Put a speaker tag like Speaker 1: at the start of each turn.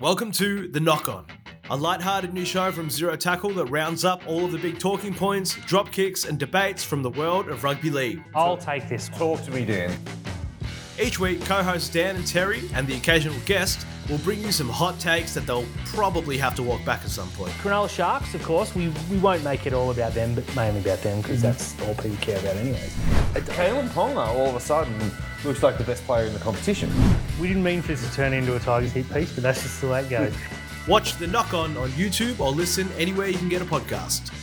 Speaker 1: Welcome to The Knock On, a lighthearted new show from Zero Tackle that rounds up all of the big talking points, drop kicks, and debates from the world of rugby league.
Speaker 2: I'll take this one.
Speaker 3: Talk to me, Dan.
Speaker 1: Each week, co hosts Dan and Terry and the occasional guest will bring you some hot takes that they'll probably have to walk back at some point.
Speaker 2: Cronulla Sharks, of course, we, we won't make it all about them, but mainly about them because that's all people care about anyway.
Speaker 3: Kalen Ponga all of a sudden looks like the best player in the competition.
Speaker 2: We didn't mean for this to turn into a Tigers heat piece, but that's just the way it goes.
Speaker 1: Watch The Knock On on YouTube or listen anywhere you can get a podcast.